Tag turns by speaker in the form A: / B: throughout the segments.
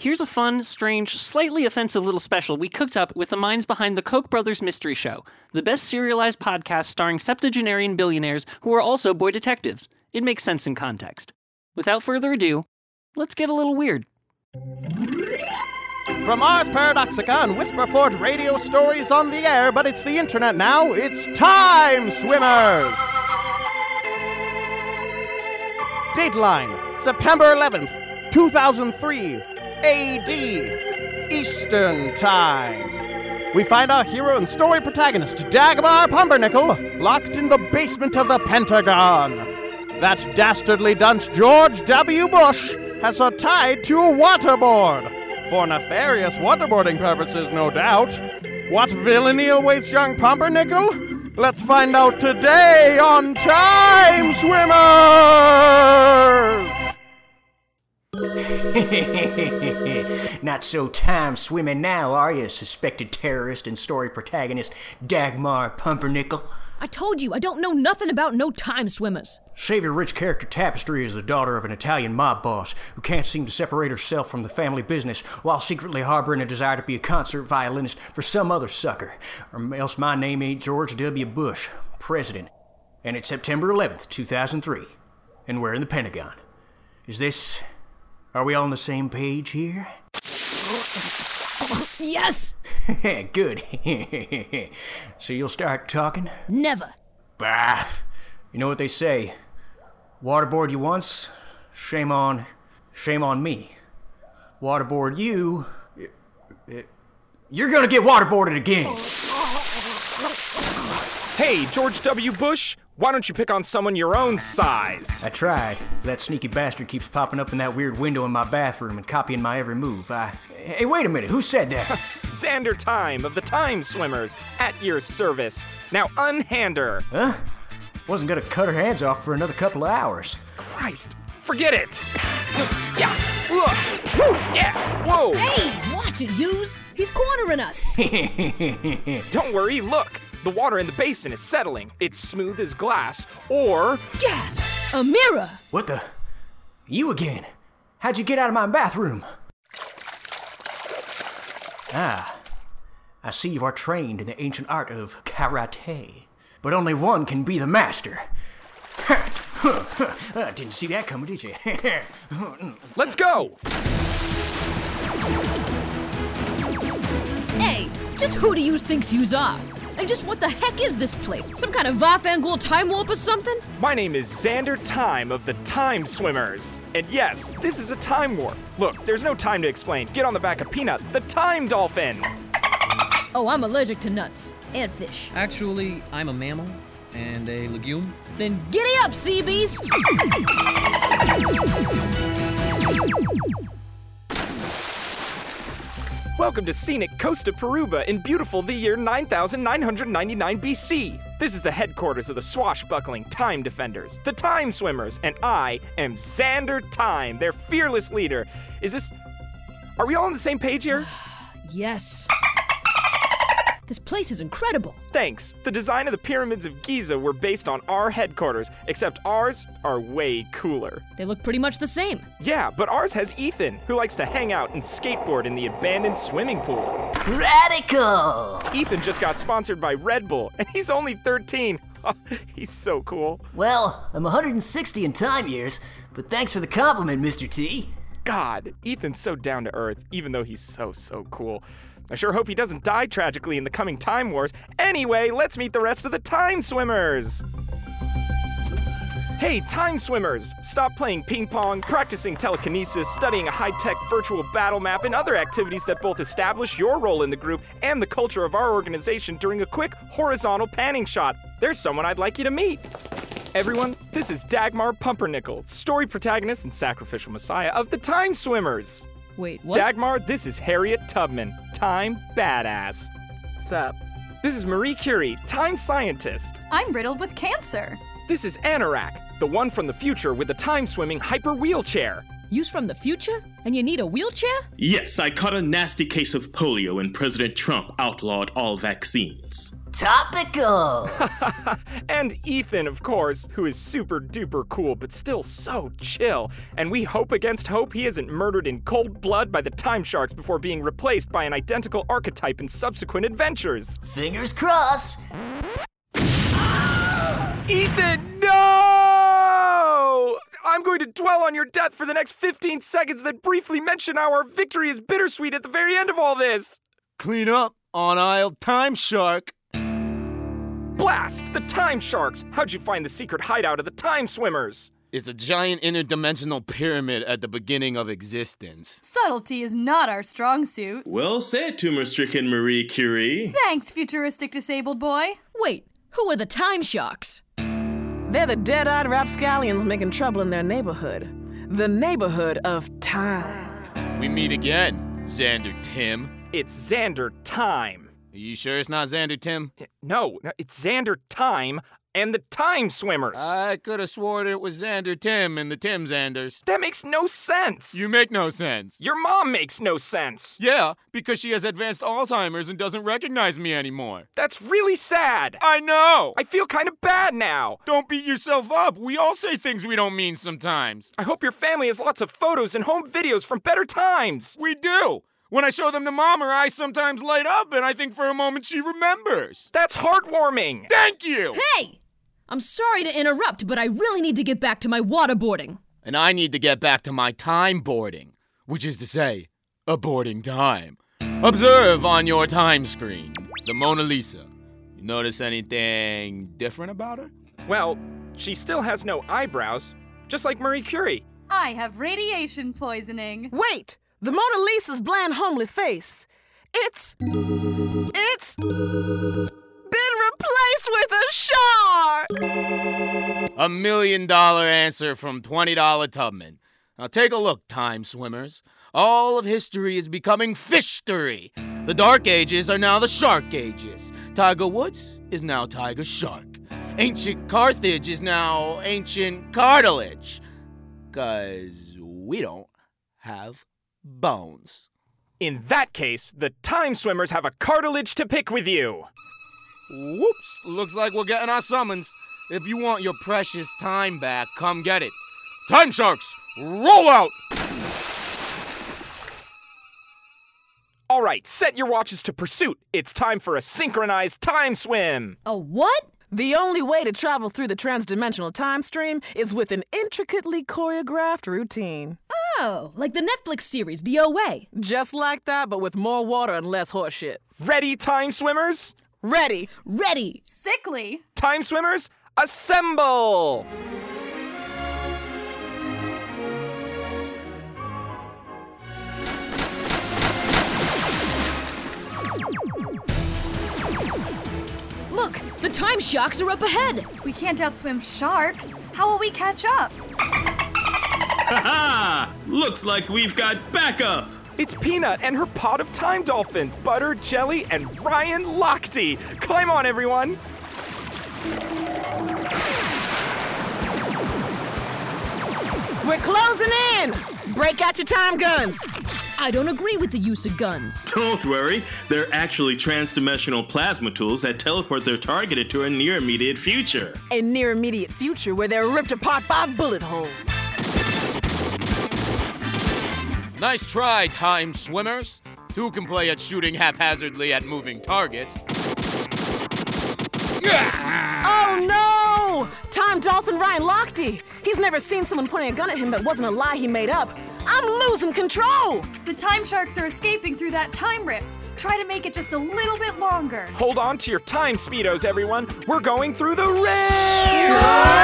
A: Here's a fun, strange, slightly offensive little special we cooked up with the minds behind the Koch Brothers Mystery Show, the best serialized podcast starring septuagenarian billionaires who are also boy detectives. It makes sense in context. Without further ado, let's get a little weird.
B: From Ars Paradoxica and Whisperforge Radio Stories on the air, but it's the internet now. It's Time Swimmers! Dateline, September 11th, 2003, AD, Eastern Time. We find our hero and story protagonist, Dagmar Pumpernickel, locked in the basement of the Pentagon. That dastardly dunce George W. Bush has her tied to a waterboard. For nefarious waterboarding purposes, no doubt. What villainy awaits young Pumpernickel? Let's find out today on Time Swimmers!
C: Not so time swimming now, are you, suspected terrorist and story protagonist Dagmar Pumpernickel?
D: I told you, I don't know nothing about no time swimmers.
C: Savior Rich Character Tapestry is the daughter of an Italian mob boss who can't seem to separate herself from the family business while secretly harboring a desire to be a concert violinist for some other sucker. Or else my name ain't George W. Bush, President. And it's September 11th, 2003. And we're in the Pentagon. Is this. Are we all on the same page here?
D: Yes!
C: Good. so you'll start talking?
D: Never.
C: Bah. You know what they say. Waterboard you once, shame on, shame on me. Waterboard you, you're gonna get waterboarded again.
E: Hey, George W. Bush, why don't you pick on someone your own size?
C: I tried. That sneaky bastard keeps popping up in that weird window in my bathroom and copying my every move. I. Hey, wait a minute. Who said that?
E: Xander Time of the Time Swimmers at your service. Now unhand her.
C: Wasn't gonna cut her hands off for another couple of hours.
E: Christ, forget it. Yeah. Ugh. Woo. Yeah. Whoa.
D: Hey, watch it, Hughes. He's cornering us.
E: Don't worry. Look, the water in the basin is settling. It's smooth as glass. Or
D: Gasp! A mirror!
C: What the? You again? How'd you get out of my bathroom? Ah, I see you are trained in the ancient art of karate, but only one can be the master. Uh, Didn't see that coming, did you?
E: let's go.
D: Hey, just who do you thinks yous are? And just what the heck is this place? Some kind of Vafangul time warp or something?
E: My name is Xander Time of the Time Swimmers. And yes, this is a time warp. Look, there's no time to explain. Get on the back of Peanut, the time dolphin.
D: Oh, I'm allergic to nuts and fish.
F: Actually, I'm a mammal and a legume.
D: Then giddy up, sea beast!
E: Welcome to scenic Costa Peruba in beautiful the year 9999 BC. This is the headquarters of the swashbuckling time defenders, the time swimmers, and I am Xander Time, their fearless leader. Is this. Are we all on the same page here?
D: Yes. This place is incredible.
E: Thanks. The design of the pyramids of Giza were based on our headquarters, except ours are way cooler.
D: They look pretty much the same.
E: Yeah, but ours has Ethan, who likes to hang out and skateboard in the abandoned swimming pool.
G: Radical!
E: Ethan just got sponsored by Red Bull, and he's only 13. he's so cool.
G: Well, I'm 160 in time years, but thanks for the compliment, Mr. T.
E: God, Ethan's so down to earth, even though he's so, so cool. I sure hope he doesn't die tragically in the coming Time Wars. Anyway, let's meet the rest of the Time Swimmers! Hey, Time Swimmers! Stop playing ping pong, practicing telekinesis, studying a high tech virtual battle map, and other activities that both establish your role in the group and the culture of our organization during a quick horizontal panning shot. There's someone I'd like you to meet. Everyone, this is Dagmar Pumpernickel, story protagonist and sacrificial messiah of the Time Swimmers.
D: Wait, what?
E: Dagmar, this is Harriet Tubman, time badass.
H: Sup?
E: This is Marie Curie, time scientist.
I: I'm riddled with cancer.
E: This is Anorak, the one from the future with the time swimming hyper wheelchair.
D: Yous from the future? And you need a wheelchair?
J: Yes, I caught a nasty case of polio when President Trump outlawed all vaccines.
G: Topical!
E: And Ethan, of course, who is super duper cool, but still so chill. And we hope against hope he isn't murdered in cold blood by the Time Sharks before being replaced by an identical archetype in subsequent adventures.
G: Fingers crossed!
E: Ethan, no! I'm going to dwell on your death for the next 15 seconds, then briefly mention how our victory is bittersweet at the very end of all this.
H: Clean up on aisle Time Shark.
E: Blast! The Time Sharks! How'd you find the secret hideout of the Time Swimmers?
H: It's a giant interdimensional pyramid at the beginning of existence.
I: Subtlety is not our strong suit.
J: Well said, tumor stricken Marie Curie.
I: Thanks, futuristic disabled boy.
D: Wait, who are the Time Sharks?
K: They're the dead eyed rapscallions making trouble in their neighborhood. The neighborhood of time.
H: We meet again, Xander Tim.
E: It's Xander Time. Eh,
H: Are you sure it's not Xander Tim?
E: No, no, it's Xander Time and the Time Swimmers.
H: I could have sworn it was Xander Tim and the Tim Xanders.
E: that makes no sense.
H: You make no sense.
E: Your mom makes no sense.
H: Yeah, because she has advanced Alzheimer's and doesn't recognize me anymore.
E: That's really sad.
H: I know!
E: I feel kind of bad now.
H: Don't beat yourself up. We all say things we don't mean sometimes.
E: I hope your family has lots of photos and home videos from better times.
H: We do. When I show them to mom, her eyes sometimes light up, and I think for a moment she remembers.
E: That's heartwarming.
H: Thank you!
D: Hey! I'm sorry to interrupt, but I really need to get back to my waterboarding.
H: And I need to get back to my time boarding, which is to say, aborting time. Observe on your time screen the Mona Lisa. You notice anything different about her?
E: Well, she still has no eyebrows, just like Marie Curie.
I: I have radiation poisoning.
K: Wait! The Mona Lisa's bland, homely face. It's. It's. Been replaced with a shark!
H: A million dollar answer from $20 Tubman. Now take a look, time swimmers. All of history is becoming fishery. The dark ages are now the shark ages. Tiger Woods is now Tiger Shark. Ancient Carthage is now ancient cartilage. Cause we don't have bones.
E: In that case, the Time Swimmers have a cartilage to pick with you.
H: Whoops, looks like we're getting our summons. If you want your precious time back, come get it. Time Sharks, roll out!
E: All right, set your watches to pursuit. It's time for a synchronized time swim.
D: A what?
K: The only way to travel through the transdimensional time stream is with an intricately choreographed routine.
D: Oh, like the Netflix series, The OA.
K: Just like that, but with more water and less horseshit.
E: Ready, Time Swimmers?
K: Ready.
D: Ready.
I: Sickly.
E: Time Swimmers, assemble!
D: Look, the Time Sharks are up ahead.
I: We can't outswim sharks. How will we catch up?
J: Haha! Looks like we've got backup!
E: It's Peanut and her pod of time dolphins, Butter, Jelly, and Ryan Lochte. Climb on, everyone!
K: We're closing in. Break out your time guns.
D: I don't agree with the use of guns.
J: Don't worry, they're actually transdimensional plasma tools that teleport their targeted to a near immediate future.
K: A near immediate future where they're ripped apart by bullet holes.
H: Nice try, time swimmers. Two can play at shooting haphazardly at moving targets.
K: Oh no! Time Dolphin Ryan Lochte. He's never seen someone pointing a gun at him that wasn't a lie he made up. I'm losing control.
I: The time sharks are escaping through that time rift. Try to make it just a little bit longer.
E: Hold on to your time speedos, everyone. We're going through the ring!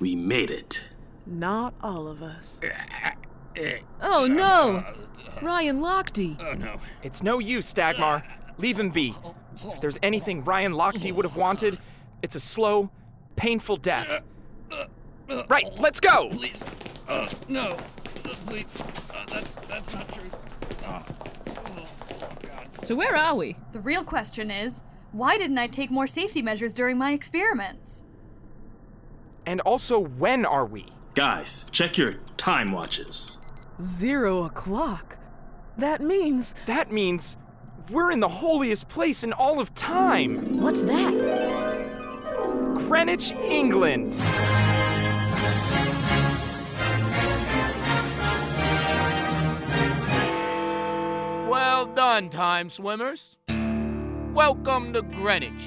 J: We made it.
K: Not all of us.
D: Oh no! Ryan Lochte.
E: It's no use, Dagmar. Leave him be. If there's anything Ryan Lochte would have wanted, it's a slow, painful death. Right, let's
F: Uh,
E: go!
F: oh, Please. Uh, no. Uh, Please. Uh, that's, that's not true.
D: So where are we?
I: The real question is why didn't I take more safety measures during my experiments?
E: And also, when are we?
J: Guys, check your time watches.
K: Zero o'clock. That means.
E: That means we're in the holiest place in all of time.
D: What's that?
E: Greenwich, England.
H: Well done, time swimmers. Welcome to Greenwich.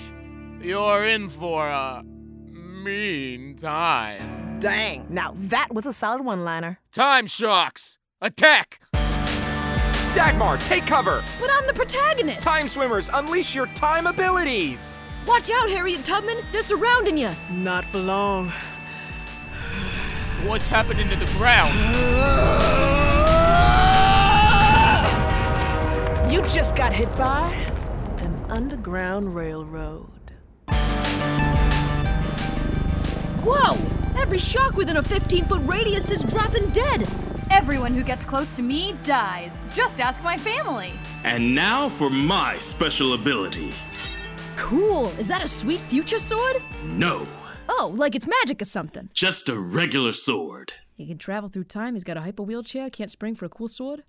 H: You're in for a mean time.
K: Dang. Now that was a solid one liner.
H: Time shocks. Attack!
E: Dagmar, take cover.
D: But I'm the protagonist!
E: Time swimmers, unleash your time abilities.
D: Watch out, Harriet Tubman! They're surrounding you!
K: Not for long.
H: What's happening to the ground?
K: You just got hit by an underground railroad.
D: Whoa! Oh, Every shark within a 15 foot radius is dropping dead!
I: Everyone who gets close to me dies. Just ask my family.
J: And now for my special ability.
D: Cool! Is that a sweet future sword?
J: No,
D: Oh, like it's magic or something.
J: just a regular sword.
D: He can travel through time, he's got a hyper wheelchair, can't spring for a cool sword.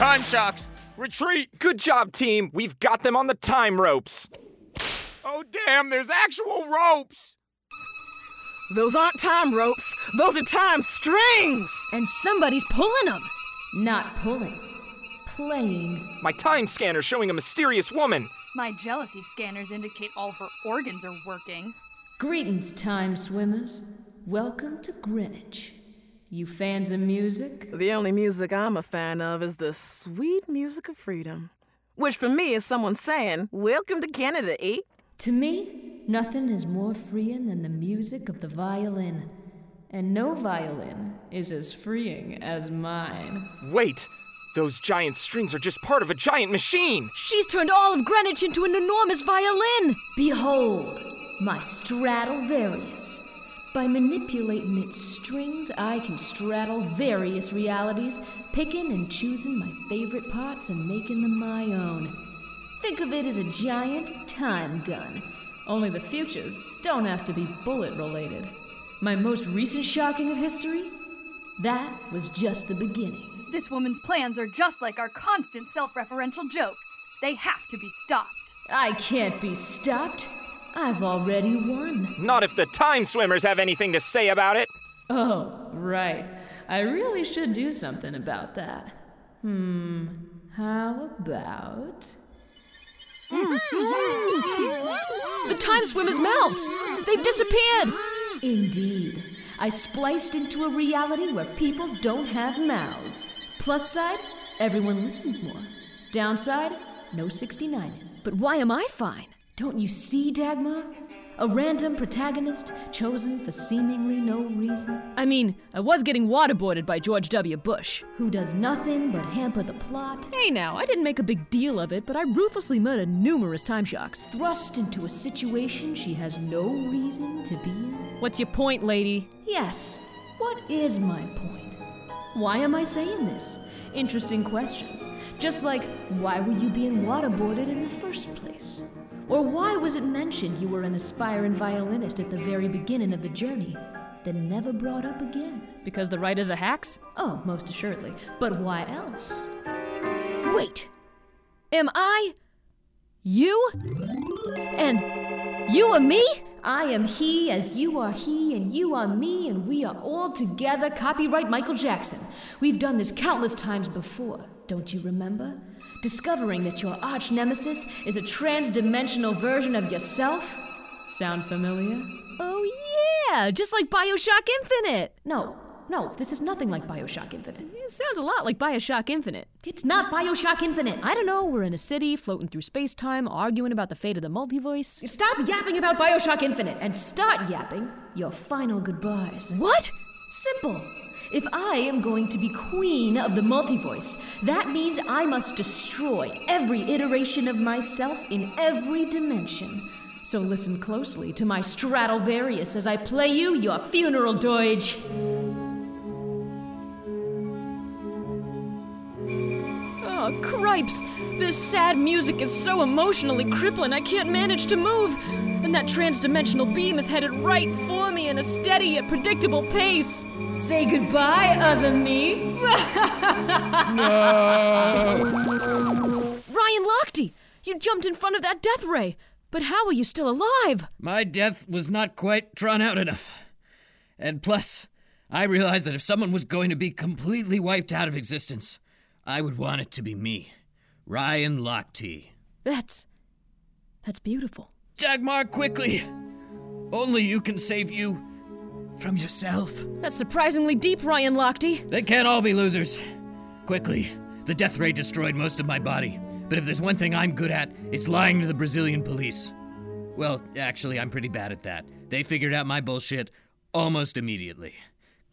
H: Time shocks. Retreat.
E: Good job, team. We've got them on the time ropes.
H: Oh, damn, there's actual ropes.
K: Those aren't time ropes, those are time strings!
D: And somebody's pulling them! Not pulling. Playing.
E: My time scanner showing a mysterious woman.
I: My jealousy scanners indicate all her organs are working.
D: Greetings, time swimmers. Welcome to Greenwich. You fans of music?
K: The only music I'm a fan of is the sweet music of freedom. Which for me is someone saying, Welcome to Canada, eh?
D: To me, nothing is more freeing than the music of the violin. And no violin is as freeing as mine.
E: Wait, those giant strings are just part of a giant machine.
D: She's turned all of Greenwich into an enormous violin! Behold, my Stradivarius. By manipulating its strings, I can straddle various realities, picking and choosing my favorite parts and making them my own. Think of it as a giant time gun, only the futures don't have to be bullet related. My most recent shocking of history? That was just the beginning.
I: This woman's plans are just like our constant self referential jokes. They have to be stopped.
D: I can't be stopped. I've already won.
E: Not if the time swimmers have anything to say about it.
D: Oh, right. I really should do something about that. Hmm, how about. the time swimmer's mouths! They've disappeared! Indeed. I spliced into a reality where people don't have mouths. Plus side, everyone listens more. Downside, no 69. But why am I fine? Don't you see, Dagmar? A random protagonist chosen for seemingly no reason. I mean, I was getting waterboarded by George W. Bush, who does nothing but hamper the plot. Hey now, I didn't make a big deal of it, but I ruthlessly murdered numerous time shocks. Thrust into a situation she has no reason to be in. What's your point, lady? Yes, what is my point? Why am I saying this? Interesting questions. Just like, why were you being waterboarded in the first place? Or why was it mentioned you were an aspiring violinist at the very beginning of the journey, then never brought up again? Because the writers are hacks? Oh, most assuredly. But why else? Wait! Am I. you? And you are me? I am he, as you are he, and you are me, and we are all together. Copyright Michael Jackson. We've done this countless times before, don't you remember? Discovering that your arch nemesis is a trans dimensional version of yourself? Sound familiar? Oh, yeah, just like Bioshock Infinite! No, no, this is nothing like Bioshock Infinite. It sounds a lot like Bioshock Infinite. It's not Bioshock Infinite. I don't know. We're in a city, floating through space time, arguing about the fate of the multiverse. Stop yapping about Bioshock Infinite and start yapping your final goodbyes. What? Simple. If I am going to be queen of the multivoice, that means I must destroy every iteration of myself in every dimension. So listen closely to my Stradivarius as I play you your funeral dirge. Oh, cripes! This sad music is so emotionally crippling I can't manage to move! and that transdimensional beam is headed right for me in a steady yet predictable pace. Say goodbye, other me. Ryan Lochte, you jumped in front of that death ray, but how are you still alive?
L: My death was not quite drawn out enough. And plus, I realized that if someone was going to be completely wiped out of existence, I would want it to be me, Ryan Lochte.
D: That's. that's beautiful.
L: Dagmar, quickly! Only you can save you from yourself.
D: That's surprisingly deep, Ryan Lochte.
L: They can't all be losers. Quickly, the death ray destroyed most of my body. But if there's one thing I'm good at, it's lying to the Brazilian police. Well, actually, I'm pretty bad at that. They figured out my bullshit almost immediately.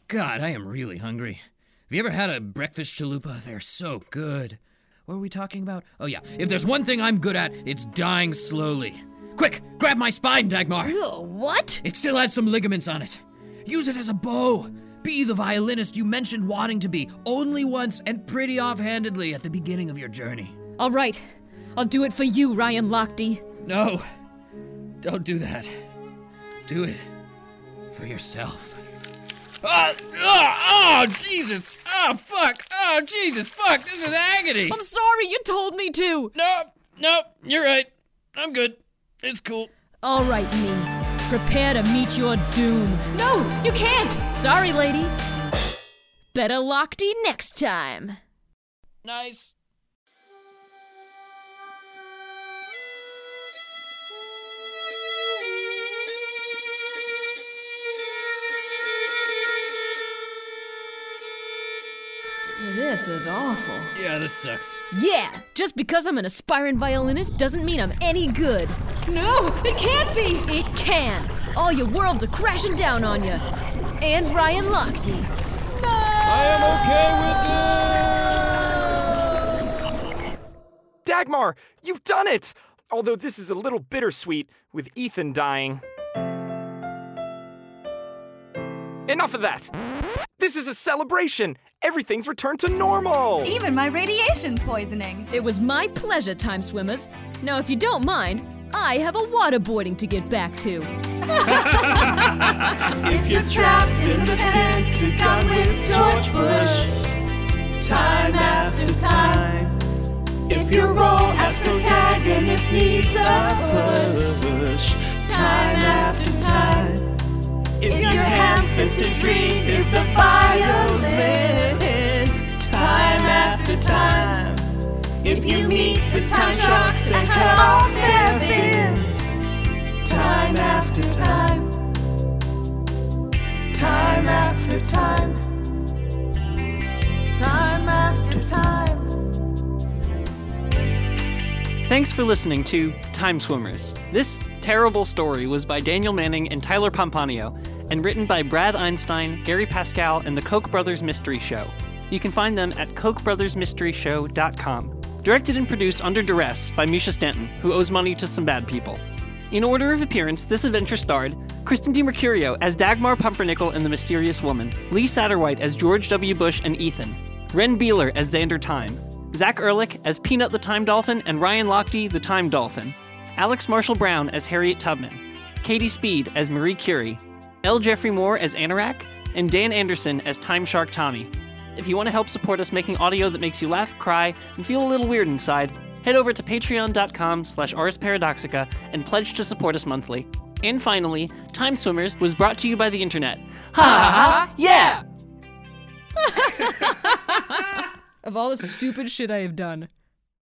L: God, I am really hungry. Have you ever had a breakfast chalupa? They're so good. What were we talking about? Oh, yeah. If there's one thing I'm good at, it's dying slowly. Quick, grab my spine, Dagmar!
D: what?
L: It still has some ligaments on it. Use it as a bow. Be the violinist you mentioned wanting to be only once and pretty offhandedly at the beginning of your journey.
D: All right, I'll do it for you, Ryan Lochte.
L: No, don't do that. Do it for yourself. Ah, ah, oh, Jesus! Oh, fuck! Oh, Jesus! Fuck! This is agony!
D: I'm sorry, you told me to.
L: No, no, you're right. I'm good. It's cool.
D: All right, me. Prepare to meet your doom. No, you can't. Sorry, lady. Better Lochte next time.
L: Nice.
D: This is awful.
L: Yeah, this sucks.
D: Yeah, just because I'm an aspiring violinist doesn't mean I'm any good. No, it can't be. It can. All your worlds are crashing down on you. And Ryan Lochte.
M: I am okay with this!
E: Dagmar, you've done it! Although this is a little bittersweet with Ethan dying. Enough of that! This is a celebration! Everything's returned to normal!
I: Even my radiation poisoning.
D: It was my pleasure, time swimmers. Now, if you don't mind, I have a waterboarding to get back to.
N: If you're trapped in the Pentagon with George Bush, time after time, if your role as protagonist needs a push, time after time, if your ham-fisted dream is the violin, time after time, if you meet the time sharks and cut off their fins, time after time time after time, time after time.
A: Thanks for listening to Time Swimmers. This terrible story was by Daniel Manning and Tyler Pompanio and written by Brad Einstein, Gary Pascal, and the Koch Brothers Mystery Show. You can find them at kochbrothersmysteryshow.com. Directed and produced under duress by Misha Stanton, who owes money to some bad people. In order of appearance, this adventure starred Kristen DiMercurio as Dagmar Pumpernickel and the Mysterious Woman, Lee Satterwhite as George W. Bush and Ethan, Ren Beeler as Xander Time, Zach Ehrlich as Peanut the Time Dolphin and Ryan Lochte the Time Dolphin, Alex Marshall Brown as Harriet Tubman, Katie Speed as Marie Curie, L. Jeffrey Moore as Anorak, and Dan Anderson as Time Shark Tommy. If you want to help support us making audio that makes you laugh, cry, and feel a little weird inside, head over to patreon.com slash arsparadoxica and pledge to support us monthly. And finally, Time Swimmers was brought to you by the internet. Ha ha ha! Yeah!
D: Of all the stupid shit I have done.